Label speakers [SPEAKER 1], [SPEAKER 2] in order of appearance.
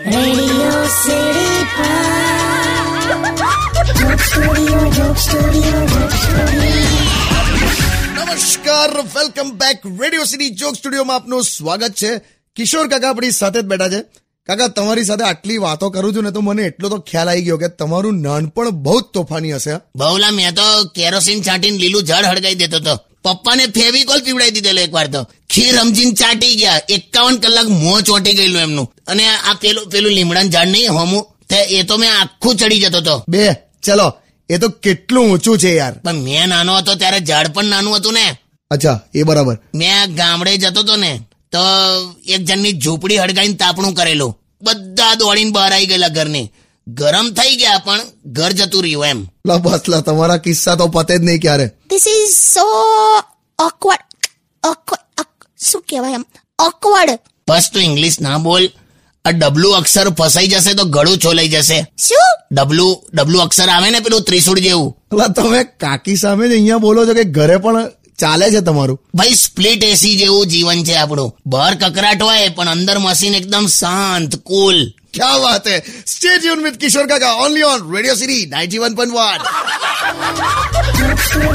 [SPEAKER 1] Radio City
[SPEAKER 2] નમસ્કાર welcome back radio city joke સ્ટુડિયોમાં આપનું સ્વાગત છે કિશોર કાકા આપણી સાથે જ બેઠા છે કાકા તમારી સાથે આટલી વાતો કરું છું ને તો મને એટલો તો ખ્યાલ આવી ગયો કે તમારું નાનપણ બહુ જ તોફાની હશે
[SPEAKER 3] બહુલા મેં તો કેરોસીન છાંટીને લીલું જળ હળગાઈ દેતો હતો પપ્પાને ફેવિકોલ પીવડાવી દીધેલો એકવાર તો ખીર સમજીને ચાટી ગયા એકાવન કલાક મોં ચોંટી ગયેલું એમનું અને આ પેલું પેલું લીમડાનું ઝાડ નહીં હોમું તે એ તો મેં આખું ચડી જતો હતો
[SPEAKER 2] બે ચલો એ તો કેટલું ઊંચું છે યાર
[SPEAKER 3] પણ મેં નાનો હતો ત્યારે ઝાડ પણ નાનું હતું ને
[SPEAKER 2] અચ્છા એ બરાબર
[SPEAKER 3] મેં ગામડે જતો હતો ને તો એક જણની ઝૂંપડી હળગાઈને તાપણું કરેલું બધા દોડીને બહાર આવી ગયેલા ઘરની ગરમ થઈ ગયા પણ ઘર જતું રહ્યું એમ
[SPEAKER 2] લા બસ લા તમારા કિસ્સા તો પતે જ નહીં ક્યારે
[SPEAKER 4] This is so awkward. Awkward. awk- શું કહેવાય એમ ઓકવર્ડ
[SPEAKER 3] બસ તું ઇંગ્લિશ ના બોલ આ ડબલું અક્ષર ફસાઈ જશે તો ગળું છોલાઈ જશે
[SPEAKER 4] શું
[SPEAKER 3] ડબલું ડબલું અક્ષર આવે ને પેલું ત્રિશુળ જેવું
[SPEAKER 2] લા તમે કાકી સામે જ અહીંયા બોલો છો કે ઘરે પણ ચાલે છે તમારું
[SPEAKER 3] ભાઈ સ્પ્લિટ એસી જેવું જીવન છે આપણું બહાર કકરાટ હોય પણ અંદર મશીન એકદમ શાંત કુલ
[SPEAKER 2] ક્યા વાત હે stay tune with Kishore Kaka only on radio city 91.1